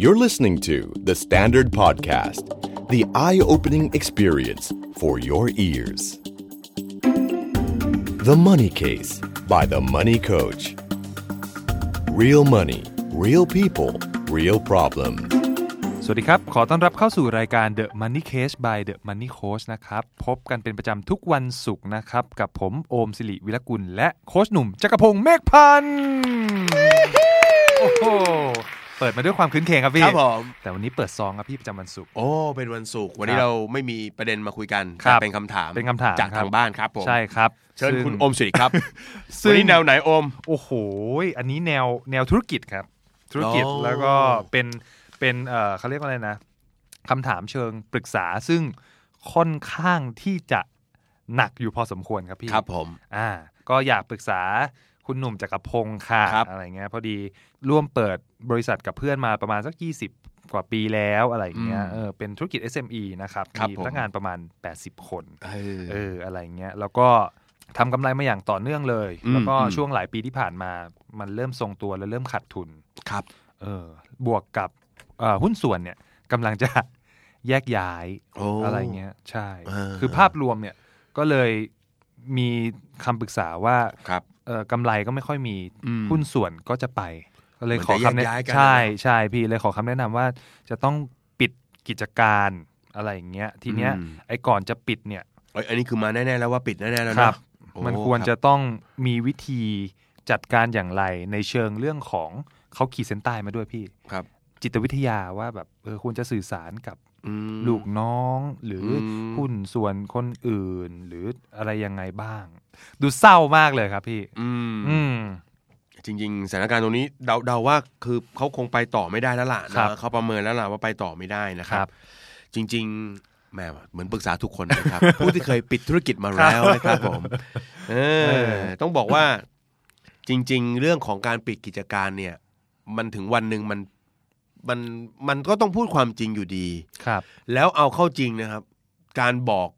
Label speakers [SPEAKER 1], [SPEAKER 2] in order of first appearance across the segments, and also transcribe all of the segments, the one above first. [SPEAKER 1] You're listening to The Standard Podcast, the eye opening experience for your ears. The Money Case by The Money Coach. Real money, real people, real problems.
[SPEAKER 2] สวัสดีครับ ขอต้อนรับเข้าสู่รายการ The Money Case by The Money Coach นะครับ พบกันเป็นประจำทุกวันศุกร์นะครับ กับผมโอมสิริวิรกุล และโค้ชหนุ่มจักรพงศ์เมฆพันธ์โอ้โห เปิดมาด้วยความคืนเคงครับพี่
[SPEAKER 3] ครับผม
[SPEAKER 2] แต่วันนี้เปิดซองครับพี่ประจำวันศุกร์
[SPEAKER 3] โอ้ เป็นวันศุกร์วัน
[SPEAKER 2] ค
[SPEAKER 3] นี้
[SPEAKER 2] รับ
[SPEAKER 3] เราไม่มีประเด็นมาคุยกัน
[SPEAKER 2] ครับ
[SPEAKER 3] แต่เป็นคำถาม
[SPEAKER 2] เป็นคำถาม
[SPEAKER 3] จากทางบ้านครับผม
[SPEAKER 2] ใช่ครับ
[SPEAKER 3] เชิญ
[SPEAKER 2] ซึ่ง
[SPEAKER 3] คุณอมสิริครับ
[SPEAKER 2] ซึ่ง
[SPEAKER 3] วันนี้แนวไหนอม
[SPEAKER 2] โอ้โห อันนี้แนวแนวธุรกิจครับ ธุรกิจ
[SPEAKER 3] อ๋อ
[SPEAKER 2] แล้วก็เป็นเป็นเอ่อเขาเรียกว่าอะไรนะคำถามเชิงปรึกษาซึ่งค่อนข้างที่จะหนักอยู่พอสมควรครับพี่
[SPEAKER 3] ครับผม
[SPEAKER 2] อ่าก็อยากปรึกษาคุณหนุ่มจักรพงศ์ค่ะ
[SPEAKER 3] ครับ
[SPEAKER 2] อะไรเงี้ยพอดีร่วมเปิดบริษัทกับเพื่อนมาประมาณสัก 20 กว่าปีแล้วอะไรเงี้ย
[SPEAKER 3] อืม
[SPEAKER 2] เออเป็นธุรกิจ SME นะครับ
[SPEAKER 3] ครับ
[SPEAKER 2] มี
[SPEAKER 3] ผม
[SPEAKER 2] พนักงานประมาณ 80 คน
[SPEAKER 3] เออ
[SPEAKER 2] เอออะไรเงี้ยแล้วก็ทำกำไรมาอย่างต่อเนื่องเลย
[SPEAKER 3] อืม
[SPEAKER 2] แล้วก็
[SPEAKER 3] อืม
[SPEAKER 2] ช่วงหลายปีที่ผ่านมามันเริ่มทรงตัวและเริ่มขาดทุน
[SPEAKER 3] ครับ
[SPEAKER 2] เออบวกกับเอ่อหุ้นส่วนเนี่ยกำลังจะ แยกย้าย
[SPEAKER 3] โอ้
[SPEAKER 2] อะไรเงี้ยใช่
[SPEAKER 3] เออ
[SPEAKER 2] คือภาพรวมเนี่ยก็เลยมีคำปรึกษาว่า
[SPEAKER 3] ครับ
[SPEAKER 2] เอ่อกำไรก็ไม่ค่อยมี
[SPEAKER 3] อืม
[SPEAKER 2] หุ้นส่วนก็จะไป ก็เลยขอคำ
[SPEAKER 3] เหมือน
[SPEAKER 2] แนะ
[SPEAKER 3] จะแยกย้ายกัน
[SPEAKER 2] ใช่
[SPEAKER 3] นะ
[SPEAKER 2] ใช่พี่เลยขอคำแนะนำว่าจะต้องปิดกิจการอะไรอย่างเงี้ยทีเนี้ย
[SPEAKER 3] อืม
[SPEAKER 2] ไอ้ก่อนจะปิดเนี่ย
[SPEAKER 3] เอ้ยอันนี้คือมาแน่ๆแล้วว่าปิดแน่ๆแล้ว
[SPEAKER 2] ค
[SPEAKER 3] นะ
[SPEAKER 2] รับ
[SPEAKER 3] โอ้
[SPEAKER 2] มันควรจะต้องมีวิธีจัดการอย่างไรในเชิงเรื่องของเขาขีดเส้นใต้มาด้วยพี่
[SPEAKER 3] ครับ
[SPEAKER 2] จิตวิทยาว่าแบบเออควรจะสื่อสารกับ
[SPEAKER 3] อืม
[SPEAKER 2] ลูกน้องหรืออ
[SPEAKER 3] ม
[SPEAKER 2] หุ้นส่วนคนอื่นหรืออะไรยังไงบ้าง ดูเศร้ามากเลยครับพี่
[SPEAKER 3] อืม
[SPEAKER 2] อืม
[SPEAKER 3] จริง ๆสถานการณ์ตรงนี้เดาเดาว่าคือเขาคงไปต่อไม่ได้แล้วล่ะ
[SPEAKER 2] ครั
[SPEAKER 3] นะ
[SPEAKER 2] บ
[SPEAKER 3] เขาประเมินแล้วล่ะว่าไปต่อไม่ได้นะค
[SPEAKER 2] ค
[SPEAKER 3] รั
[SPEAKER 2] รับ บ
[SPEAKER 3] จริงๆแหมเหมือนปรึกษาทุกคนนะครับ ผู้ที่เคยปิดธุรกิจมาแล้วนะครับ ผมเอ
[SPEAKER 2] เอ
[SPEAKER 3] อ
[SPEAKER 2] อ
[SPEAKER 3] ต้องบอกว่าจริง ๆ เรื่องของการปิดกิจการเนี่ย มันถึงวันหนึ่งมันมันมันก็ต้องพูดความจริงอยู่ดี
[SPEAKER 2] ครับ
[SPEAKER 3] แล้วเอาเข้าจริงนะครับ การบอก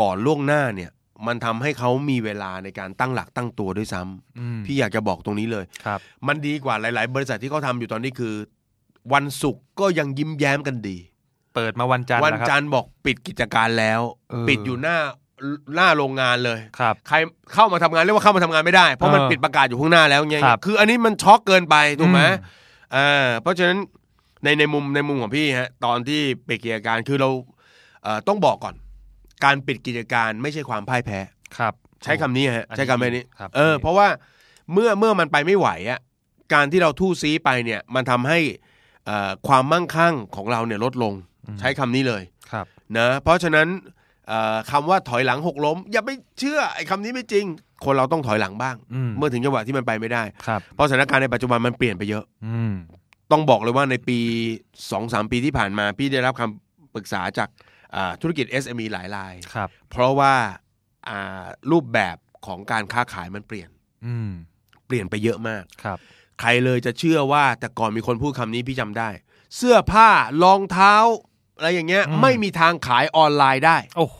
[SPEAKER 3] ก่อนล่วงหน้าเนี่ย มันทำให้เขามีเวลาในการตั้งหลักตั้งตัวด้วยซ้ำ
[SPEAKER 2] อืม
[SPEAKER 3] พี่อยากจะบอกตรงนี้เลย
[SPEAKER 2] ครับ
[SPEAKER 3] มันดีกว่าหลาย ๆ บริษัทที่เขาทำอยู่ตอนนี้คือ วันศุกร์ก็ยังยิ้มแย้มกันดี
[SPEAKER 2] เปิดมาวันจันทร์
[SPEAKER 3] วัน
[SPEAKER 2] แล้วครับ
[SPEAKER 3] จันทร์บอกปิดกิจการแล้ว
[SPEAKER 2] เออ
[SPEAKER 3] ปิดอยู่หน้าหน้าโรงงานเลย
[SPEAKER 2] ครับ
[SPEAKER 3] ใครเข้ามาทำงานเรียกว่าเข้ามาทำงานไม่ได้เพราะมัน
[SPEAKER 2] เออ
[SPEAKER 3] ปิดประกาศอยู่ข้างหน้าแล้วไง
[SPEAKER 2] ครับ
[SPEAKER 3] คืออันนี้มันช็อกเกินไปถูกไหม
[SPEAKER 2] อืม
[SPEAKER 3] เออเพราะฉะนั้นในในมุมในมุมของพี่ฮะตอนที่ปิดกิจการคือเราเอ่อต้องบอกก่อน การปิดกิจการไม่ใช่ความพ่ายแพ้
[SPEAKER 2] ครับ
[SPEAKER 3] ใช้คำนี้ฮะ
[SPEAKER 2] อันนี้
[SPEAKER 3] ใช้คำนี้
[SPEAKER 2] ครับ
[SPEAKER 3] เออเพราะว่าเมื่อเมื่อมันไปไม่ไหวอ่ะการที่เราทู่ซีไปเนี่ยมันทำให้เอ่อความมั่งคั่งของเราเนี่ยลดลงใช้คำนี้เลย
[SPEAKER 2] ครับ
[SPEAKER 3] นะเพราะฉะนั้นเอ่อคำว่าถอยหลังหกล้ม อย่าไปเชื่อไอ้คำนี้ไม่จริง คนเราต้องถอยหลังบ้าง
[SPEAKER 2] อืม
[SPEAKER 3] เมื่อถึงจังหวะที่มันไปไม่ได้
[SPEAKER 2] ครับ
[SPEAKER 3] เพราะสถานการณ์ในปัจจุบันมันเปลี่ยนไปเยอะ
[SPEAKER 2] อืม
[SPEAKER 3] ต้องบอกเลยว่าในปี 2-3 ปีที่ผ่านมา พี่ได้รับคำปรึกษาจากอ่าธุรกิจ SME หลายราย
[SPEAKER 2] ครับ
[SPEAKER 3] เพราะว่าอ่ารูปแบบของการค้าขายมันเปลี่ยน
[SPEAKER 2] อืม
[SPEAKER 3] เปลี่ยนไปเยอะมาก
[SPEAKER 2] ครับ
[SPEAKER 3] ใครเลยจะเชื่อว่าแต่ก่อนมีคนพูดคำนี้พี่จำได้ เสื้อผ้ารองเท้าอะไรอย่างเงี้ย
[SPEAKER 2] อืม
[SPEAKER 3] ไม่มีทางขายออนไลน์ได้
[SPEAKER 2] โอ้โห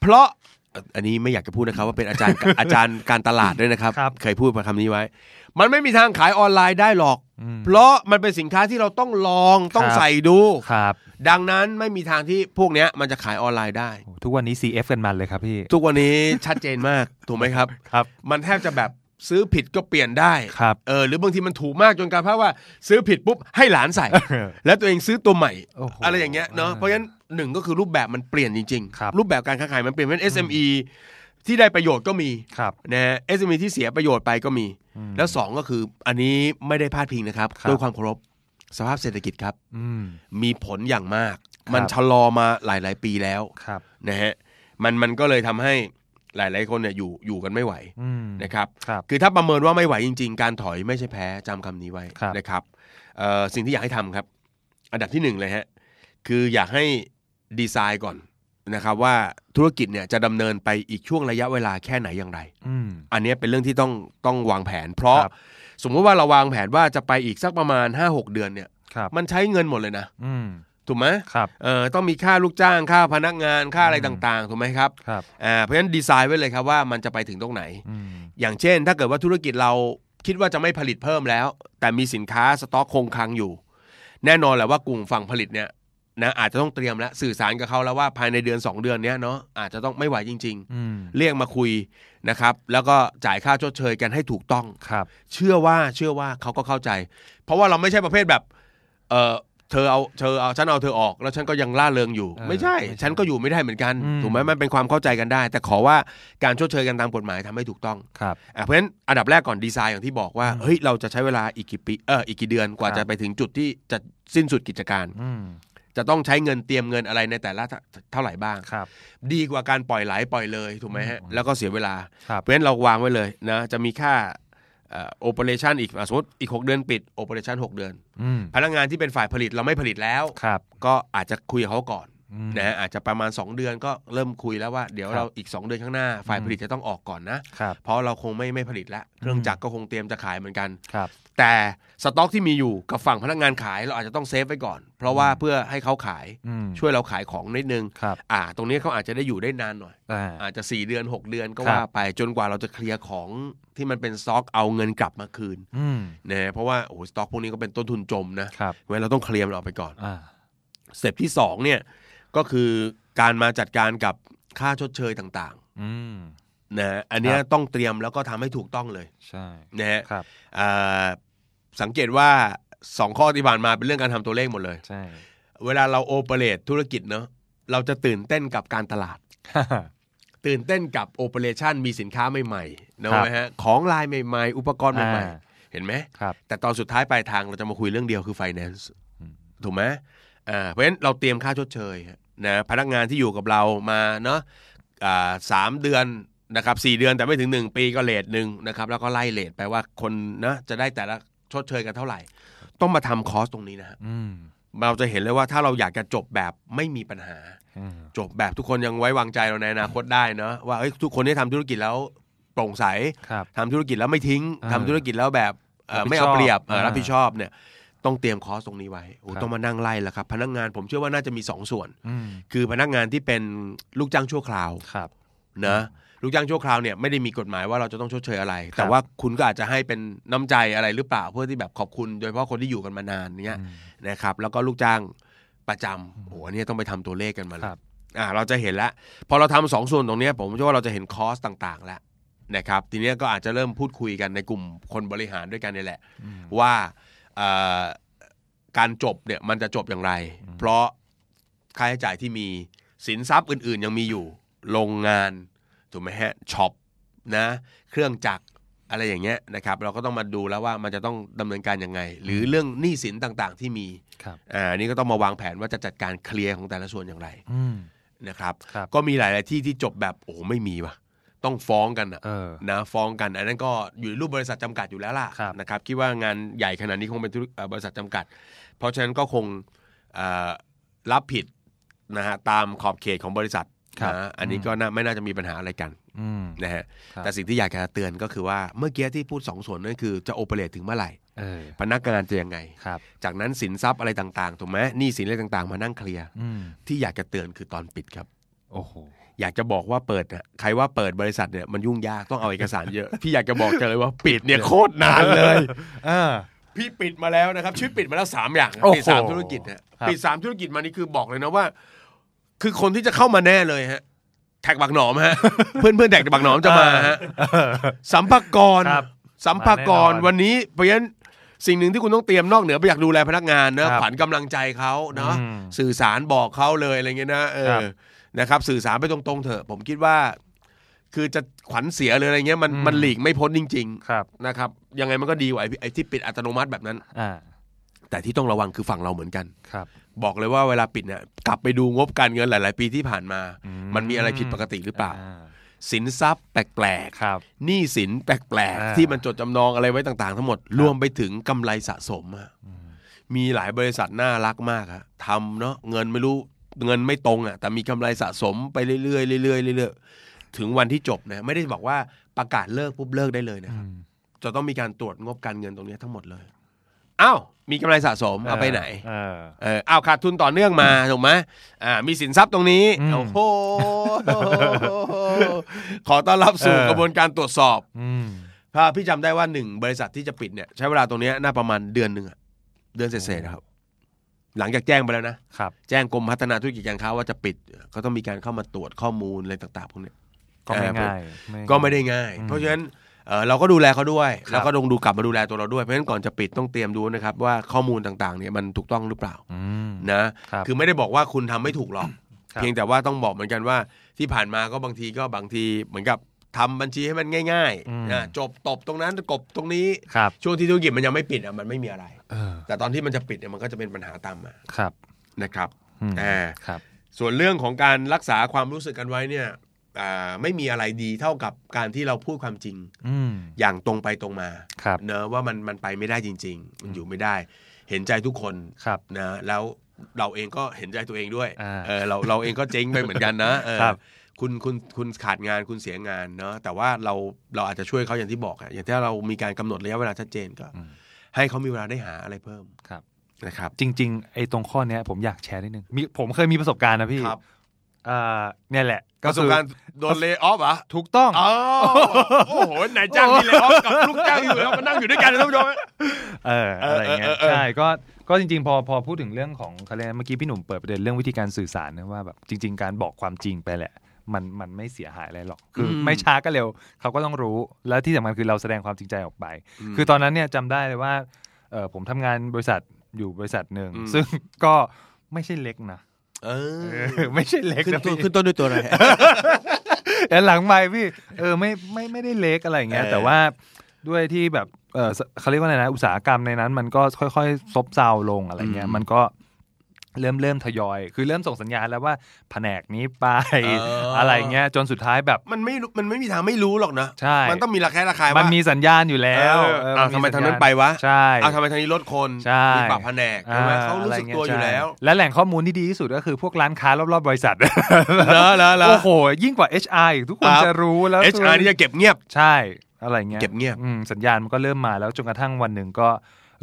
[SPEAKER 3] เพราะเอ่ออันนี้ไม่อยากจะพูดนะครับว่าเป็นอาจารย์ อาจารย์การตลาดด้วยนะครับ
[SPEAKER 2] ครับ
[SPEAKER 3] เคยพูดมาคำนี้ไว้ มันไม่มีทางขายออนไลน์ได้หรอก
[SPEAKER 2] อืม
[SPEAKER 3] เพราะมันเป็นสินค้าที่เราต้องลองต้อง
[SPEAKER 2] ครับ
[SPEAKER 3] ใส่ดู
[SPEAKER 2] ครับ
[SPEAKER 3] ดังนั้นไม่มีทางที่พวกเนี้ยมันจะขายออนไลน์ได้
[SPEAKER 2] โอ้ทุกวันนี้ CF กันมันเลยครับพี่
[SPEAKER 3] ทุกวันนี้ ชัดเจนมากถูกไหมครับ
[SPEAKER 2] ครับ
[SPEAKER 3] มันแทบจะแบบซื้อผิดก็เปลี่ยนได้
[SPEAKER 2] ครับ
[SPEAKER 3] เออหรือบางทีมันถูกมากจนกลารพาว่าซื้อผิดปุ๊บให้หลาน ใส่ แล้วตัวเองซื้อตัวใหม่
[SPEAKER 2] โอ้โห
[SPEAKER 3] อะไรอย่างเงี้ยเนาะ
[SPEAKER 2] อ่า
[SPEAKER 3] เพราะฉะนั้นหนึ่งก็คือรูปแบบมันเปลี่ยนจริง
[SPEAKER 2] ครับ
[SPEAKER 3] รูปแบบการค้าขายมันเปลี่ยนเพราะฉะนั้น SME ที่ได้ประโยชน์ก็มี
[SPEAKER 2] ครับ
[SPEAKER 3] นะฮะ SME ที่เสียประโยชน์ไปก็มี
[SPEAKER 2] อืม
[SPEAKER 3] แล้วสองก็คืออันนี้ไม่ได้พลาดพิงนะครับ
[SPEAKER 2] ครับ
[SPEAKER 3] ด้วยความเคารพสภาพเศรษฐกิจครับ
[SPEAKER 2] อืม
[SPEAKER 3] มีผลอย่างมาก
[SPEAKER 2] ครับ
[SPEAKER 3] มันชะลอมาหลาย ๆ ปีแล้ว
[SPEAKER 2] ครับ
[SPEAKER 3] นะฮะมันมันก็เลยทำให้หลาย ๆ คนเนี่ยอยู่อยู่กันไม่ไหว
[SPEAKER 2] อืม
[SPEAKER 3] นะครับ
[SPEAKER 2] ครับ
[SPEAKER 3] คือถ้าประเมินว่าไม่ไหวจริง ๆ การถอยไม่ใช่แพ้จำคำนี้ไว้
[SPEAKER 2] ครับ
[SPEAKER 3] นะครับเอ่อสิ่งที่อยากให้ทำครับ อันดับที่หนึ่งเลยฮะคืออยากให้ดีไซน์ก่อนนะครับ ว่าธุรกิจเนี่ยจะดำเนินไปอีกช่วงระยะเวลาแค่ไหนอย่างไร
[SPEAKER 2] อืม
[SPEAKER 3] อันเนี้ยเป็นเรื่องที่ต้องต้องวางแผน เพราะ
[SPEAKER 2] ครับ
[SPEAKER 3] สมมุติว่าเราวางแผนว่าจะไปอีกสักประมาณ 5-6 เดือนเนี่ย
[SPEAKER 2] ครับ
[SPEAKER 3] มันใช้เงินหมดเลยนะ
[SPEAKER 2] อืม
[SPEAKER 3] ถูกไหม
[SPEAKER 2] ครับ
[SPEAKER 3] เอ่อต้องมีค่าลูกจ้างค่าพนักงานค่าอะไรต่างๆถูกไหมครับ
[SPEAKER 2] ครับ
[SPEAKER 3] อ่าเพราะฉะนั้นดีไซน์ไว้เลยครับว่ามันจะไปถึงตรงไหน
[SPEAKER 2] อืม
[SPEAKER 3] อย่างเช่น ถ้าเกิดว่าธุรกิจเราคิดว่าจะไม่ผลิตเพิ่มแล้ว แต่มีสินค้าสต็อกคงคลังอยู่ แน่นอนแหละว่ากลุ่มฝั่งผลิตเนี่ยนะอาจจะต้องเตรียมแล้วสื่อสารกับเขาแล้วว่าภายในเดือน 2 เดือนเนี้ยเนาะอาจจะต้องไม่ไหวจริง
[SPEAKER 2] อืม
[SPEAKER 3] ๆ เรียกมาคุยนะครับ แล้วก็จ่ายค่าชดเชยกันให้ถูกต้อง
[SPEAKER 2] ครับ
[SPEAKER 3] เชื่อว่าเชื่อว่าเขาก็เข้าใจ เพราะว่าเราไม่ใช่ประเภทแบบ เออเธอเอาเธอเอาฉันเอาเธอออก แล้วฉันก็ยังล่าเริงอยู่
[SPEAKER 2] เออ
[SPEAKER 3] ไม่ใช่
[SPEAKER 2] ไม่ใช่
[SPEAKER 3] ฉันก็อยู่ไม่ได้เหมือนกัน
[SPEAKER 2] อืม
[SPEAKER 3] ถูกไหมมันเป็นความเข้าใจกันได้ แต่ขอว่าการชดเชยกันตามกฎหมายทำให้ถูกต้อง
[SPEAKER 2] ครับ
[SPEAKER 3] อ่ะเพราะฉะนั้นอันดับแรกก่อนดีไซน์อย่างที่บอกว่า
[SPEAKER 2] อืม
[SPEAKER 3] เฮ้ยเราจะใช้เวลาอีกกี่ปีเอออีกกี่เดือนกว่า
[SPEAKER 2] ครับ
[SPEAKER 3] จะไปถึงจุดที่จะสิ้นสุดกิจการ
[SPEAKER 2] อืม
[SPEAKER 3] จะต้องใช้เงินเตรียมเงินอะไรในแต่ละเท่าเท่าไหร่บ้าง
[SPEAKER 2] ครับ
[SPEAKER 3] ดีกว่าการปล่อยไหลปล่อยเลยถูกไหมฮะ
[SPEAKER 2] อืม
[SPEAKER 3] แล้วก็เสียเวลา
[SPEAKER 2] ครับ
[SPEAKER 3] เพราะฉะนั้นเราวางไว้เลยนะจะมีค่าโอเปอเรชันอีกอ่ะสมมติอีก 6 เดือนปิดโอเปอเรชัน6เดือน
[SPEAKER 2] อืม
[SPEAKER 3] พนักงานที่เป็นฝ่ายผลิตเราไม่ผลิตแล้ว
[SPEAKER 2] ครับ
[SPEAKER 3] ก็อาจจะคุยกับเขาก่อน
[SPEAKER 2] อืม
[SPEAKER 3] นะฮะอาจจะประมาณ 2 เดือนก็เริ่มคุยแล้วว่าเดี๋ยว
[SPEAKER 2] ครับ
[SPEAKER 3] เราอีก 2 เดือนข้างหน้า ฝ่าย
[SPEAKER 2] อืม
[SPEAKER 3] ผลิตจะต้องออกก่อนนะ
[SPEAKER 2] ครับ
[SPEAKER 3] เพราะเราคงไม่ไม่ผลิตแล้วเครื่องจักรก็คงเตรียมจะขายเหมือนกัน
[SPEAKER 2] ครับ
[SPEAKER 3] แต่สต็อกที่มีอยู่กับฝั่งพนักงานขายเราอาจจะต้องเซฟไว้ก่อน เพราะว่าเพื่อให้เขาขาย
[SPEAKER 2] อืม
[SPEAKER 3] ช่วยเราขายของนิดนึง
[SPEAKER 2] ครับ
[SPEAKER 3] อ่า ตรงนี้เขาอาจจะได้อยู่ได้นานหน่อย
[SPEAKER 2] อ่า
[SPEAKER 3] อาจจะ 4 เดือน 6 เดือนก็
[SPEAKER 2] ครับ
[SPEAKER 3] ว่าไปจนกว่าเราจะเคลียร์ของที่มันเป็นสต็อกเอาเงินกลับมาคืน
[SPEAKER 2] อืม
[SPEAKER 3] นะฮะเพราะว่าโอ้โหสต็อกพวกนี้ก็เป็นต้นทุนจมนะครับ เว้นเราต้องเคลียร์มันออกไปก่อน
[SPEAKER 2] อ่า
[SPEAKER 3] สเต็ปที่ 2 เนี่ย ก็คือการมาจัดการกับค่าชดเชยต่าง
[SPEAKER 2] อืม
[SPEAKER 3] ๆนะฮะอันเนี้ย
[SPEAKER 2] ครับ
[SPEAKER 3] ต้องเตรียมแล้วก็ทำให้ถูกต้องเลย
[SPEAKER 2] ใช่
[SPEAKER 3] นะฮะ
[SPEAKER 2] ครับ
[SPEAKER 3] เอ่อสังเกตว่า 2 ข้อที่ผ่านมาเป็นเรื่องการทำตัวเลขหมดเลย
[SPEAKER 2] ใช่
[SPEAKER 3] เวลาเราโอเปเรตธุรกิจเนอะเราจะตื่นเต้นกับการตลาด ตื่นเต้นกับโอเปอเรชันมีสินค้าใหม่ๆนะ
[SPEAKER 2] ครับ
[SPEAKER 3] เว้ยฮะของลายใหม่ๆ อุปกรณ์ใหม่
[SPEAKER 2] อ่า
[SPEAKER 3] ๆ เห็นไหม
[SPEAKER 2] ครับ
[SPEAKER 3] แต่ตอนสุดท้ายปลายทางเราจะมาคุยเรื่องเดียวคือ finance
[SPEAKER 2] อืม
[SPEAKER 3] ถูกไหมอ่าเพราะฉะนั้นเราเตรียมค่าชดเชยนะพนักงานที่อยู่กับเรามาเนาะอ่าสามเดือนนะครับสเดือนแต่ไม่ถึง 1 ปีก็เลทหนึ่งนะครับแล้วก็ไล่เลทไปว่าคนนะจะได้แต่ละชดเชยกันเท่าไหร่ ต้องมาทำคอสตรงนี้นะฮะ
[SPEAKER 2] อืม
[SPEAKER 3] เราจะเห็นเลยว่าถ้าเราอยากจะจบแบบไม่มีปัญหา
[SPEAKER 2] อืม
[SPEAKER 3] จบแบบทุกคนยังไว้วางใจเราในอนาคตได้เนอะว่าเอ้ยทุกคนที่ทำธุรกิจแล้วโปร่งใส
[SPEAKER 2] ครับ
[SPEAKER 3] ทำธุรกิจแล้วไม่ทิ้ง
[SPEAKER 2] อ่า
[SPEAKER 3] ทำธุรกิจแล้วแบบเอ่อ
[SPEAKER 2] รับผิด
[SPEAKER 3] ไม่เอา
[SPEAKER 2] ชอบ
[SPEAKER 3] เปรียบเออ
[SPEAKER 2] อ่ารั
[SPEAKER 3] รับผิดชอบเนี่ยต้องเตรียมคอร์สตรงนี้ไว้โอ้
[SPEAKER 2] ครับ
[SPEAKER 3] ต้องมานั่งไล่แล้วครับ พนักงานผมเชื่อว่าน่าจะมี 2 ส่วน
[SPEAKER 2] อืม
[SPEAKER 3] คือพนักงานที่เป็นลูกจ้างชั่วคราว
[SPEAKER 2] ครับ
[SPEAKER 3] นะลูกจ้างชั่วคราวเนี่ยไม่ได้มีกฎหมายว่าเราจะต้องชดเชยอะไร
[SPEAKER 2] ครับ
[SPEAKER 3] แต่ว่าคุณก็อาจจะให้เป็นน้ำใจอะไรหรือเปล่าเพื่อที่แบบขอบคุณโดยเฉพาะคนที่อยู่กันมานานเนี่ย
[SPEAKER 2] อืม
[SPEAKER 3] นะครับแล้วก็ลูกจ้างประจำโอ้โหอันนี้ต้องไปทำตัวเลขกันมาเลย
[SPEAKER 2] ครับ
[SPEAKER 3] อ่าเราจะเห็นแล้วพอเราทำสองส่วนตรงเนี้ยผมเชื่อว่าเราจะเห็นคอสต่างๆแล้วนะครับทีเนี้ยก็อาจจะเริ่มพูดคุยกันในกลุ่มคนบริหารด้วยกันเนี่ยแหละ
[SPEAKER 2] อืม
[SPEAKER 3] ว่าเอ่อการจบเนี่ยมันจะจบอย่างไร เพราะค่าใช้จ่ายที่มีสินทรัพย์อื่นๆ ยังมีอยู่โรงงานถูกไหมฮะช็อปนะเครื่องจักรอะไรอย่างเงี้ยนะครับเราก็ต้องมาดูแล้วว่ามันจะต้องดำเนินการยังไง หรือเรื่องหนี้สินต่างๆที่มี
[SPEAKER 2] ครับ
[SPEAKER 3] อ่าอันนี้ก็ต้องมาวางแผนว่าจะจัดการเคลียร์ของแต่ละส่วนอย่างไร
[SPEAKER 2] อืม
[SPEAKER 3] นะครับ
[SPEAKER 2] ครับ
[SPEAKER 3] ก็มีหลาย ๆ ที่ที่จบแบบโอ้โหไม่มีว่ะต้องฟ้องกันอะ
[SPEAKER 2] เออ
[SPEAKER 3] นะฟ้องกันอันนั้นก็อยู่ในรูปบริษัทจำกัดอยู่แล้วล่ะ
[SPEAKER 2] ครับ
[SPEAKER 3] นะครับคิดว่างานใหญ่ขนาดนี้คงเป็นธุรเอ่อบริษัทจำกัด เพราะฉะนั้นก็คงเอ่อรับผิดนะฮะตามขอบเขตของบริษัท
[SPEAKER 2] ครับ
[SPEAKER 3] นะอันนี้
[SPEAKER 2] อืม
[SPEAKER 3] ก็น่าไม่น่าจะมีปัญหาอะไรกัน
[SPEAKER 2] อืม
[SPEAKER 3] นะฮะ
[SPEAKER 2] ครับ
[SPEAKER 3] แต่สิ่งที่อยากจะเตือนก็คือว่าเมื่อกี้ที่พูดสองส่วนนั่นคือจะโอเปเรตถึงเมื่อไหร่
[SPEAKER 2] เออ
[SPEAKER 3] พนักงานจะยังไง
[SPEAKER 2] ครับ
[SPEAKER 3] จากนั้นสินทรัพย์อะไรต่างๆถูกไหมหนี้สินอะไรต่างๆ มานั่งเคลียร์
[SPEAKER 2] อืม
[SPEAKER 3] ที่อยากจะเตือนคือตอนปิดครับ
[SPEAKER 2] โอ้โห
[SPEAKER 3] อยากจะบอกว่าเปิดอะใครว่าเปิดบริษัทเนี่ยมันยุ่งยากต้องเอาเอกสารเยอะ พี่อยากจะบอกจังเลยว่าปิด เนี่ยโคตรนานเลย
[SPEAKER 2] เออ
[SPEAKER 3] พี่ปิดมาแล้วนะครับชีวิตปิดมาแล้วสามอย่างนะ
[SPEAKER 2] โอ้โห
[SPEAKER 3] ปิดสามธุรกิจนะครับ ปิดสามธุรกิจมานี่คือบอกเลยนะว่า คือคนที่จะเข้ามาแน่เลยฮะแท็กบักหนอมฮะ เพื่อนเพื่อนๆแท็กบักหนอมจะมาฮะ
[SPEAKER 2] เออ
[SPEAKER 3] สัมภากร
[SPEAKER 2] ครับ
[SPEAKER 3] สัมภากร
[SPEAKER 2] มาแน่นอน
[SPEAKER 3] วันนี้เพราะฉะนั้นสิ่งหนึ่งที่คุณต้องเตรียมนอกเหนือไปจากดูแลพนักงาน
[SPEAKER 2] ครั
[SPEAKER 3] นะ
[SPEAKER 2] บ
[SPEAKER 3] ขวัญกำลังใจเขาเนาะ
[SPEAKER 2] อืม
[SPEAKER 3] สื่อสารบอกเขาเลยอะไรเงี้ยนะเอ
[SPEAKER 2] ครั
[SPEAKER 3] อบนะครับสื่อสารไปตรงๆเถอะ ผมคิดว่า คือจะขวัญเสียเลยอะไรเงี้ยมัน
[SPEAKER 2] อืม
[SPEAKER 3] มันหลีกไม่พ้นจริง
[SPEAKER 2] ครับ
[SPEAKER 3] ๆ นะครับ ยังไงมันก็ดีกว่าไอ้ไอ้ที่ปิดอัตโนมัติแบบนั้น
[SPEAKER 2] อ่า
[SPEAKER 3] แต่ที่ต้องระวังคือฝั่งเราเหมือนกัน
[SPEAKER 2] ครับ
[SPEAKER 3] บอกเลยว่าเวลาปิดเนี่ยกลับไปดูงบการเงินหลาย ๆ ปีที่ผ่านมา
[SPEAKER 2] อืม
[SPEAKER 3] มันมีอะไรผิดปกติหรือเปล่า
[SPEAKER 2] อ่
[SPEAKER 3] สินทรัพย์แปลก
[SPEAKER 2] ครับ
[SPEAKER 3] ๆหนี้สินแปลก
[SPEAKER 2] อ่า
[SPEAKER 3] ๆ ที่มันจดจำนองอะไรไว้ต่าง ๆ ทั้งหมด รวมไปถึงกำไรสะสมอะมีหลายบริษัทน่ารักมากอะทำเนาะเงินไม่รู้เงินไม่ตรงอะแต่มีกำไรสะสมไปเรื่อยๆเรื่อยๆเรื่อยๆถึงวันที่จบนะไม่ได้บอกว่าประกาศเลิกปุ๊บเลิกได้เลยนะครับ
[SPEAKER 2] อืม
[SPEAKER 3] จะต้องมีการตรวจงบการเงินตรงเนี้ยทั้งหมดเลยอ้าวมีกำไรสะสมเอาไปไหน
[SPEAKER 2] เออ
[SPEAKER 3] เอออ้าวขาดทุนต่อเนื่องมาถูกไหมอ่ามีสินทรัพย์ตรงนี้
[SPEAKER 2] อืม
[SPEAKER 3] โอ้โห ขอต้อนรับสู่
[SPEAKER 2] เออ
[SPEAKER 3] กระบวนการตรวจสอบ
[SPEAKER 2] อืม
[SPEAKER 3] ถ้าพี่จำได้ว่าหนึ่งบริษัทที่จะปิดเนี่ยใช้เวลาตรงเนี้ยน่าประมาณเดือนหนึ่งอะเดือนเศษๆนะครับ หลังจากแจ้งไปแล้วนะ
[SPEAKER 2] ครับ
[SPEAKER 3] แจ้งกรมพัฒนาธุรกิจการค้าว่าจะปิดก็ต้องมีการเข้ามาตรวจข้อมูลอะไรต่างๆพวกเนี้ย
[SPEAKER 2] ก็ไม่
[SPEAKER 3] เออ
[SPEAKER 2] ง่าย
[SPEAKER 3] ก็ไม่ได้ง่าย เพราะฉะนั้นเอ่อเราก็ดูแลเขาด้วย แล้วก็ลองดูกลับมาดูแลตัวเราด้วย เพราะฉะนั้นก่อนจะปิดต้องเตรียมดูนะครับว่าข้อมูลต่างๆเนี่ยมันถูกต้องหรือเปล่า
[SPEAKER 2] อืม
[SPEAKER 3] นะครับ อไม่ได้บอกว่า คุณทำไม่ถูกหรอก
[SPEAKER 2] ครับ
[SPEAKER 3] เพียงแต่ว่าต้องบอกเหมือนกันว่าที่ผ่านมาก็บางทีก็บางทีเหมือนกับทำบัญชีให้มันง่าย
[SPEAKER 2] อืม
[SPEAKER 3] ๆนะจบตบตรงนั้นกบตรงนี้
[SPEAKER 2] ครับ
[SPEAKER 3] ช่วงที่ธุรกิจมันยังไม่ปิดอ่ะมันไม่มีอะไร
[SPEAKER 2] เออ
[SPEAKER 3] แต่ตอนที่มันจะปิดเนี่ยมันก็จะเป็นปัญหาตามมา
[SPEAKER 2] ครับ
[SPEAKER 3] นะครับ
[SPEAKER 2] อืม
[SPEAKER 3] อ่า
[SPEAKER 2] ครับ
[SPEAKER 3] ส่วนเรื่องของการรักษาความรู้สึกกันไว้เนี่ยอ่าไม่มีอะไรดีเท่ากับการที่เราพูดความจริง
[SPEAKER 2] อืม
[SPEAKER 3] อย่างตรงไปตรงมา
[SPEAKER 2] ครับ
[SPEAKER 3] เนอะว่ามันมันไปไม่ได้จริง ๆ มันอยู่ไม่ได้ เห็นใจทุกคน
[SPEAKER 2] ครับ
[SPEAKER 3] นะแล้วเราเองก็เห็นใจตัวเองด้วย
[SPEAKER 2] อ่า
[SPEAKER 3] เออเราเราเองก็เจ๊งไปเหมือนกันนะเออ
[SPEAKER 2] ครับ
[SPEAKER 3] คุณคุณคุณขาดงานคุณเสียงานเนอะแต่ว่าเราเราอาจจะช่วยเขาอย่างที่บอกอะอย่างที่เรามีการกำหนดระยะเวลาชัดเจนก็
[SPEAKER 2] อืม
[SPEAKER 3] ให้เขามีเวลาได้หาอะไรเพิ่ม
[SPEAKER 2] ครับ
[SPEAKER 3] นะครับ
[SPEAKER 2] จริง ๆ ไอ้ตรงข้อเนี้ย ผมอยากแชร์นิดนึงมีผมเคยมีประสบการณ์นะพี่
[SPEAKER 3] ครับ
[SPEAKER 2] อ่าเนี่ยแหละ
[SPEAKER 3] ประส
[SPEAKER 2] คื
[SPEAKER 3] บ
[SPEAKER 2] อ
[SPEAKER 3] การณ์โดนเลย์ออฟอ่ะ
[SPEAKER 2] ถูกต้อง
[SPEAKER 3] อ้าวโอ้โหนายจ้างที่เลยออฟกับลูกจ้างที่อยู่แล้วมานั่งอยู่ด้วยกันนะท่านผู้ชม
[SPEAKER 2] เอออะไรเงี้ย
[SPEAKER 3] เออเออเออ
[SPEAKER 2] ใช่ก็ก็จริง ๆ พอพอพูดถึงเรื่องของเขาเรียกเมื่อกี้พี่หนุ่มเปิดประเด็นเรื่องวิธีการสื่อสารนะว่าแบบจริง ๆ การบอกความจริงไปแหละ มันมันไม่เสียหายอะไรหรอกคืออ
[SPEAKER 3] ม
[SPEAKER 2] ไม่ช้าก็เร็วเขาก็ต้องรู้ แล้วที่สำคัญคือเราแสดงความจริงใจออกไป
[SPEAKER 3] อืม
[SPEAKER 2] คือตอนนั้นเนี่ยจำได้เลยว่าเออผมทำงานบริษัทอยู่บริษัทหนึ่ง
[SPEAKER 3] อืม
[SPEAKER 2] ซึ่งก็ไม่ใช่เล็กนะ
[SPEAKER 3] เออ
[SPEAKER 2] เออ ไม่ใช่เล็ก
[SPEAKER 3] ขึ้น
[SPEAKER 2] นะ
[SPEAKER 3] ต้น
[SPEAKER 2] พี่
[SPEAKER 3] ขึ้นต้นด้วยตัวอะไร
[SPEAKER 2] แต่หลังไม่พี่เออไม่ไม่ไม่ได้เล็กอะไรอย่างเงี้ย
[SPEAKER 3] เออ
[SPEAKER 2] แต่ว่าด้วยที่แบบเออสเขาเรียกว่าอะไรนะอุตสาหกรรมในนั้น มันก็ค่อยๆ ซบเซาลงอะไรเงี้ย
[SPEAKER 3] อืม
[SPEAKER 2] มันก็เริ่มเริ่มทยอย คือเริ่มส่งสัญญาณแล้วว่าแผนกนี้ไป
[SPEAKER 3] เอออ
[SPEAKER 2] อะไรเงี้ยจนสุดท้ายแบบ
[SPEAKER 3] มันไม่รู้มันไม่มีทางไม่รู้หรอกนะ
[SPEAKER 2] ใช่
[SPEAKER 3] มันต้องมีระแคะระคาย
[SPEAKER 2] มัน
[SPEAKER 3] ว่า
[SPEAKER 2] มีสัญญาณอยู่แล้ว
[SPEAKER 3] เออ
[SPEAKER 2] เออ
[SPEAKER 3] เอา
[SPEAKER 2] มั
[SPEAKER 3] ทำไม
[SPEAKER 2] สัญญ
[SPEAKER 3] ทางนั้นไปวะ
[SPEAKER 2] ใช่
[SPEAKER 3] เอาทำไมทางนี้ลดคน
[SPEAKER 2] ใช่
[SPEAKER 3] มีปรับแผนกใช่ไหมเขารู้สึกตัวอยู่แล้ว
[SPEAKER 2] ใช่และแหล่งข้อมูลที่ดีที่สุดก็คือพวกร้านค้ารอบๆบริษัท
[SPEAKER 3] เหรอเหรอเหรอ
[SPEAKER 2] โอ้โหยิ่งกว่า HR อีกทุกคน
[SPEAKER 3] ครับ
[SPEAKER 2] จะรู้แล้ว
[SPEAKER 3] HR นี่จะเก็บเงียบ
[SPEAKER 2] ใช่อะไรเงี้ย
[SPEAKER 3] เก็บเงียบ
[SPEAKER 2] อืมสัญญาณมันก็เริ่มมาแล้วจนกระทั่งวันหนึ่งก็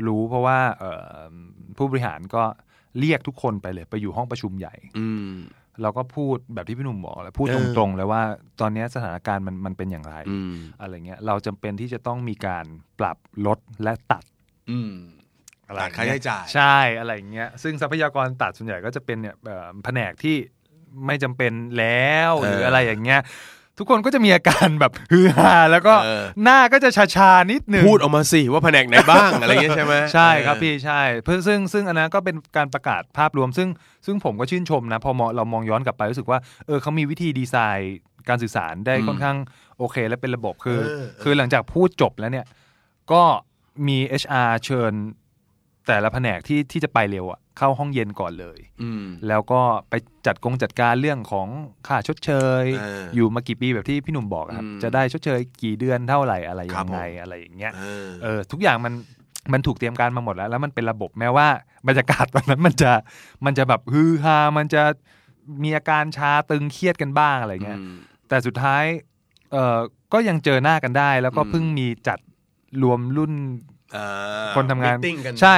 [SPEAKER 2] รู้เพราะว่าเอ่อผู้บริหารก็เรียกทุกคนไปเลยไปอยู่ห้องประชุมใหญ่
[SPEAKER 3] อืม
[SPEAKER 2] เราก็พูดแบบที่พี่หนุ่มบอกแหล้วพูด
[SPEAKER 3] เอ
[SPEAKER 2] ต
[SPEAKER 3] อ
[SPEAKER 2] รงๆเลยว่าตอนเนี้ยสถานการณ์มันมันเป็นอย่างไร
[SPEAKER 3] อืม
[SPEAKER 2] อะไรเงี้ยเราจำเป็นที่จะต้องมีการปรับลดและตัด
[SPEAKER 3] อืม
[SPEAKER 2] อะไร
[SPEAKER 3] ตัดค่าใช้จ่าย
[SPEAKER 2] ใช่อะไรเงี้ยซึ่งทรัพยากรตัดส่วนใหญ่ก็จะเป็นเนี่ยเอ่อแผนกที่ไม่จำเป็นแล้วหรืออะไรอย่างเงี้ยทุกคนก็จะมีอาการแบบ ฮือฮาแล้วก็
[SPEAKER 3] เออ
[SPEAKER 2] หน้าก็จะชาชาๆนิดหนึ่ง
[SPEAKER 3] พูดออกมาสิว่าแผนกไหนบ้างอะไรอย่างเงี้ยใช่ไหม
[SPEAKER 2] ใช่ครับพี่ใช่เพื่อซึ่งซึ่งอันนั้นก็เป็นการประกาศภาพรวม ซึ่งซึ่งผมก็ชื่นชมนะ พอมองเรามองย้อนกลับไปรู้สึกว่าเออเขามีวิธีดีไซน์การสื่อสารได้ค่อนข้างโอเคและเป็นระบบคือ คือหลังจากพูดจบแล้วเนี่ย ก็มี HR เชิญแต่ละแผนกที่ที่จะไปเร็วอะเข้าห้องเย็นก่อนเลย
[SPEAKER 3] อืม
[SPEAKER 2] แล้วก็ไปจัดกงจัดการเรื่องของค่าชดเชย
[SPEAKER 3] เออ
[SPEAKER 2] อยู่มากี่ปีแบบที่พี่หนุ่มบอกอะครับ
[SPEAKER 3] อืม
[SPEAKER 2] จะได้ชดเชยกี่เดือนเท่าไหร่อะไร
[SPEAKER 3] ครั
[SPEAKER 2] ยั
[SPEAKER 3] บ
[SPEAKER 2] ง
[SPEAKER 3] ผม
[SPEAKER 2] ไงอะไรอย่างเงี้ย
[SPEAKER 3] เออ
[SPEAKER 2] เออทุกอย่างมันมันถูกเตรียมการมาหมดแล้ว แล้วมันเป็นระบบแม้ว่าบรรยากาศตอนนั้นมันจะมันจะแบบฮือฮามันจะมีอาการชาตึงเครียดกันบ้างอะไรเงี้ยแต่สุดท้ายเออก็ยังเจอหน้ากันได้ แล้วก็
[SPEAKER 3] อืม
[SPEAKER 2] เพิ่งมีจัดรวมรุ่น
[SPEAKER 3] อ่า
[SPEAKER 2] คนทำงาน
[SPEAKER 3] meeting กั
[SPEAKER 2] ใช่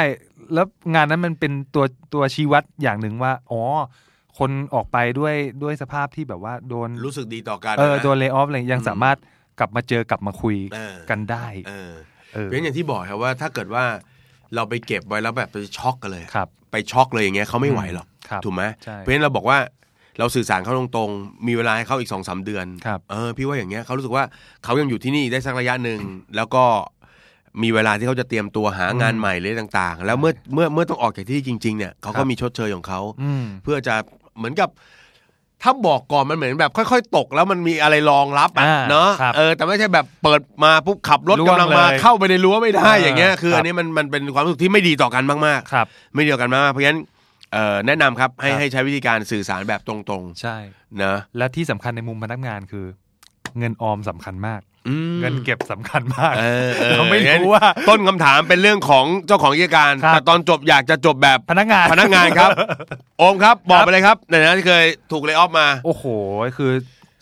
[SPEAKER 2] แล้วงานนั้นมันเป็นตัวตัวชี้วัดอย่างหนึ่งว่าอ๋อคนออกไปด้วยด้วยสภาพที่แบบว่าโดน
[SPEAKER 3] รู้สึกดีต่อกัน
[SPEAKER 2] เออ
[SPEAKER 3] นะ
[SPEAKER 2] โดนเลย์ออฟอะไรยัง
[SPEAKER 3] อืม
[SPEAKER 2] สามารถกลับมาเจอกลับมาคุย
[SPEAKER 3] เออ
[SPEAKER 2] กันได้
[SPEAKER 3] เออ
[SPEAKER 2] เออ
[SPEAKER 3] เพราะฉะนั้นอย่างที่บอกครับว่าถ้าเกิดว่าเราไปเก็บไว้แล้วแบบไปช็อกกันเลยอะ
[SPEAKER 2] ครับ
[SPEAKER 3] ไปช็อกเลยอย่างเงี้ยเขาไม่ไหวหรอก
[SPEAKER 2] ครับ
[SPEAKER 3] ถูกไหม
[SPEAKER 2] ใช่
[SPEAKER 3] เพราะฉะนั้นเราบอกว่าเราสื่อสารเขาตรงๆ มีเวลาให้เขาอีกสองสาเดือน
[SPEAKER 2] ครับ
[SPEAKER 3] เออพี่ว่าอย่างเงี้ยเขารู้สึกว่าเขายังอยู่ที่นี่ได้สักระยะหนึ่ง แล้วก็มีเวลาที่เขาจะเตรียมตัวหางานใหม่เลยต่างๆ แล้วเมื่อเมื่อเมื่อต้องออกจากที่จริงๆเนี่ยเขาก็มีชดเชยของเขา
[SPEAKER 2] อืม
[SPEAKER 3] เพื่อจะเหมือนกับถ้าบอกก่อนมันเหมือนแบบค่อยๆ ตกแล้วมันมีอะไรรองรับอ่ะ
[SPEAKER 2] อ่า
[SPEAKER 3] เนาะ
[SPEAKER 2] ครับ
[SPEAKER 3] เออแต่ไม่ใช่แบบเปิดมาปุ๊บขับรถ
[SPEAKER 2] ล่ว
[SPEAKER 3] กำ
[SPEAKER 2] ง
[SPEAKER 3] ลังมา
[SPEAKER 2] เลย
[SPEAKER 3] เข้าไปในรั้วไม่ได้
[SPEAKER 2] อ่า
[SPEAKER 3] อย่างเงี้ยคือ
[SPEAKER 2] ครับ
[SPEAKER 3] อันนี้มันมันเป็นความรู้สึกที่ไม่ดีต่อกันมาก
[SPEAKER 2] ครับ
[SPEAKER 3] ๆ ไม่ดีต่อกันมากๆเพราะฉะนั้นเอ่อแนะนำครับให้
[SPEAKER 2] ครับ
[SPEAKER 3] ให้ใช้วิธีการสื่อสารแบบตรง
[SPEAKER 2] ใช่
[SPEAKER 3] ๆนะ
[SPEAKER 2] และที่สำคัญในมุมพนักงานคือ เงินออมสำคัญมาก
[SPEAKER 3] อืม
[SPEAKER 2] เงินเก็บสำคัญมาก
[SPEAKER 3] เออออ
[SPEAKER 2] เราไม่
[SPEAKER 3] งั้น
[SPEAKER 2] รู้ว่า
[SPEAKER 3] ต้นคำถามเป็นเรื่องของเจ้าของกิจการ
[SPEAKER 2] ครับ
[SPEAKER 3] แต่ตอนจบอยากจะจบ แบบ
[SPEAKER 2] พนักงาน
[SPEAKER 3] พนักงานครับ โอมครับบอ
[SPEAKER 2] ครั
[SPEAKER 3] ก
[SPEAKER 2] บ
[SPEAKER 3] ไปเลยครับในฐานะที่เคยถูกเลย์ออฟมา
[SPEAKER 2] โอ้โห คือ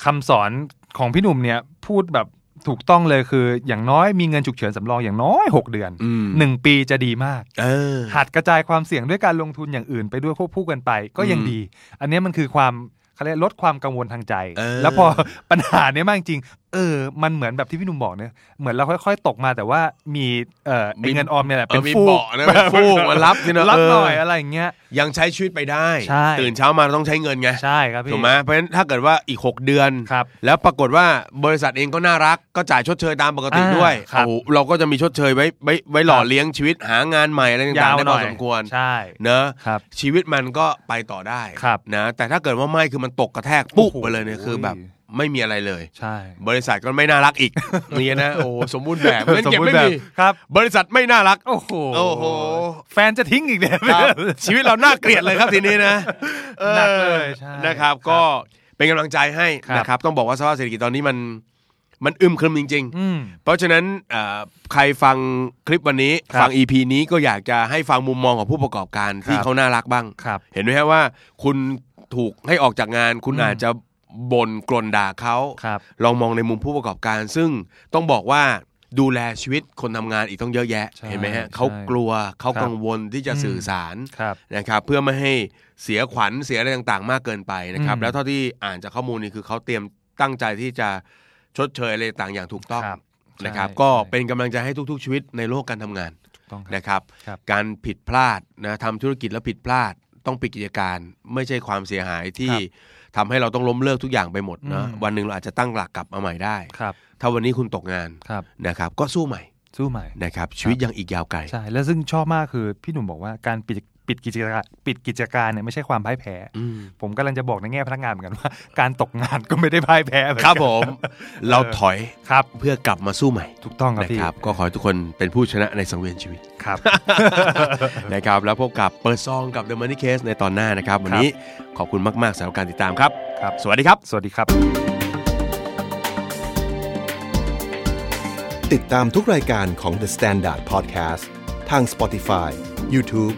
[SPEAKER 2] คำสอนของพี่หนุ่มเนี่ย พูดแบบถูกต้องเลยคือ อย่างน้อยมีเงินฉุกเฉินสำรองอย่างน้อย 6 เดือน
[SPEAKER 3] อืม
[SPEAKER 2] หนึ่งปีจะดีมาก
[SPEAKER 3] เออ
[SPEAKER 2] หัดกระจายความเสี่ยงด้วยการลงทุนอย่างอื่นไปด้วยควบคู่กันไป ก็ยัง
[SPEAKER 3] อืม
[SPEAKER 2] ดี อันเนี้ยมันคือความเขาเรียกลดความกังวลทางใจ
[SPEAKER 3] เออ
[SPEAKER 2] แล้วพอ ปัญหาเนี้ยมากจริง เออ มันเหมือนแบบที่พี่หนุ่มบอกเนี่ย เหมือนเราค่อยๆ ตกมาแต่ว่ามีเอ่อไอ้เงินออมเนี่ยแหละ
[SPEAKER 3] เอ
[SPEAKER 2] เป็
[SPEAKER 3] อน มี
[SPEAKER 2] ฟูก
[SPEAKER 3] เบาะนะเป็นฟูกมารับนี่นะ
[SPEAKER 2] รับหน่อย
[SPEAKER 3] เ
[SPEAKER 2] อะไรอย่างเงี้ย
[SPEAKER 3] ยังใช้ชีวิตไปได้
[SPEAKER 2] ใช่
[SPEAKER 3] ตื่นเช้ามาต้องใช้เงินไง
[SPEAKER 2] ใช่ครับพี่
[SPEAKER 3] ถูกไหมเพราะฉะนั้นถ้าเกิดว่าอีก 6 เดือน
[SPEAKER 2] ครับ
[SPEAKER 3] แล้วปรากฏว่าบริษัทเองก็น่ารักก็จ่ายชดเชยตามปกติ
[SPEAKER 2] อ่า
[SPEAKER 3] ด้วย
[SPEAKER 2] ครับ
[SPEAKER 3] โอ้โหเราก็จะมีชดเชยไว้ไว้ไว้หล่อเลี้ยงชีวิตหางานใหม่อะไร
[SPEAKER 2] ยา
[SPEAKER 3] ต่าง
[SPEAKER 2] ว
[SPEAKER 3] ๆได้
[SPEAKER 2] ห
[SPEAKER 3] พ
[SPEAKER 2] น่
[SPEAKER 3] อ
[SPEAKER 2] อย
[SPEAKER 3] สมควร
[SPEAKER 2] ใช่
[SPEAKER 3] เนอะ
[SPEAKER 2] ครับ
[SPEAKER 3] ชีวิตมันก็ไปต่อได้
[SPEAKER 2] ครับ
[SPEAKER 3] นะแต่ถ้าเกิดว่าไม่คือมันตกกระแทกปุ๊บ
[SPEAKER 2] โอ้โห
[SPEAKER 3] ไปเลยเนี่ยคือแบบไม่มีอะไรเลย
[SPEAKER 2] ใช่
[SPEAKER 3] บริษัทก็ไม่น่ารักอีกเนี่ยนะโอ้โหสมบูรณ์แบบเงินเก็บ
[SPEAKER 2] สบูร
[SPEAKER 3] ไม่มี
[SPEAKER 2] ณ์แบบครับ
[SPEAKER 3] บริษัทไม่น่ารัก
[SPEAKER 2] โอ้โห
[SPEAKER 3] โอ้โห
[SPEAKER 2] แฟนจะทิ้งอีกเนี่ย
[SPEAKER 3] ครับ ชีวิตเราน่าเกลียดเลยครับทีนี้นะ
[SPEAKER 2] หนักเลยใช่
[SPEAKER 3] นะครับ ก็เป็นกำลังใจให้
[SPEAKER 2] ครับ
[SPEAKER 3] นะครับ ต้องบอกว่าสภาพเศรษฐกิจตอนนี้มันมันอึมครึมจริง
[SPEAKER 2] อืม
[SPEAKER 3] ๆ เพราะฉะนั้นเอ่อใครฟังคลิปวันนี้
[SPEAKER 2] ครับ
[SPEAKER 3] ฟัง EP นี้ก็อยากจะให้ฟังมุมมองของผู้ประกอบการที่
[SPEAKER 2] ครับ
[SPEAKER 3] เขาน่ารักบ้าง
[SPEAKER 2] ครับ
[SPEAKER 3] เห็นไหมฮะว่าคุณถูกให้ออกจากงาน คุณ
[SPEAKER 2] อืม
[SPEAKER 3] อาจจะบ่นกลนด่าเขา
[SPEAKER 2] ครับ
[SPEAKER 3] ลองมองในมุมผู้ประกอบการ ซึ่งต้องบอกว่าดูแลชีวิตคนทำงานอีกต้องเยอะแยะ
[SPEAKER 2] ใช่
[SPEAKER 3] เห็นไหมฮะ
[SPEAKER 2] ใช่
[SPEAKER 3] เขากลัวเขา
[SPEAKER 2] ครับ
[SPEAKER 3] กังวลที่จะสื่อสาร
[SPEAKER 2] ครับ
[SPEAKER 3] นะครับเพื่อไม่ให้เสียขวัญเสียอะไรต่างๆ มากเกินไปนะครับ
[SPEAKER 2] อืม
[SPEAKER 3] แล้วเท่าที่อ่านจากข้อมูลนี่คือเขาเตรียมตั้งใจที่จะชดเชยอะไรต่างๆอย่างถูกต้อง
[SPEAKER 2] ครับ
[SPEAKER 3] นะครับ
[SPEAKER 2] ใช่
[SPEAKER 3] ก็
[SPEAKER 2] ใช่
[SPEAKER 3] เป็นกำลังใจให้ทุกๆ ชีวิตในโลกการทำงาน
[SPEAKER 2] ต้องครับ
[SPEAKER 3] นะครับ
[SPEAKER 2] ครับ
[SPEAKER 3] การผิดพลาดนะทำธุรกิจแล้วผิดพลาดต้องปิดกิจการ ไม่ใช่ความเสียหายที่ทำให้เราต้องล้มเลิกทุกอย่างไปหมดเนอะ
[SPEAKER 2] อืม
[SPEAKER 3] วันหนึ่งเราอาจจะตั้งหลักกลับมาใหม่ได้
[SPEAKER 2] ครับ
[SPEAKER 3] ถ้าวันนี้คุณตกงาน
[SPEAKER 2] ครับ
[SPEAKER 3] นะครับ ก็สู้ใหม่
[SPEAKER 2] สู้ใหม่
[SPEAKER 3] นะครับชีวิตยังอีกยาวไกล
[SPEAKER 2] ใช่ แล้วซึ่งชอบมากคือพี่หนุ่มบอกว่าการปิดปิดกิจการปิดกิจการเนี่ยไม่ใช่ความพ่ายแพ้
[SPEAKER 3] อืม
[SPEAKER 2] ผมกำลังจะบอกในแง่พนักงานเหมือนกันว่า การตกงานก็ไม่ได้พ่ายแพ้เหมือน
[SPEAKER 3] ค
[SPEAKER 2] กั
[SPEAKER 3] รั
[SPEAKER 2] น
[SPEAKER 3] บผม เราถอย
[SPEAKER 2] ครับ
[SPEAKER 3] เพื่อกลับมาสู้ใหม่
[SPEAKER 2] ถูกต้องครับ
[SPEAKER 3] นะ
[SPEAKER 2] พี่
[SPEAKER 3] ครับก็ขอให้ทุกคนเป็นผู้ชนะในสังเวียนชีวิต
[SPEAKER 2] ครับ
[SPEAKER 3] นะครับ แล้วพบกับเปิดซองกับ The Money Case ในตอนหน้านะครับ วันนี้ขอบคุณมาก ๆสำหรับการติดตามครับ
[SPEAKER 2] ครับ
[SPEAKER 3] สวัสดีครับ
[SPEAKER 2] สวัสดีครับ
[SPEAKER 1] ติดตามทุกรายการของ The Standard Podcast ทาง Spotify, YouTube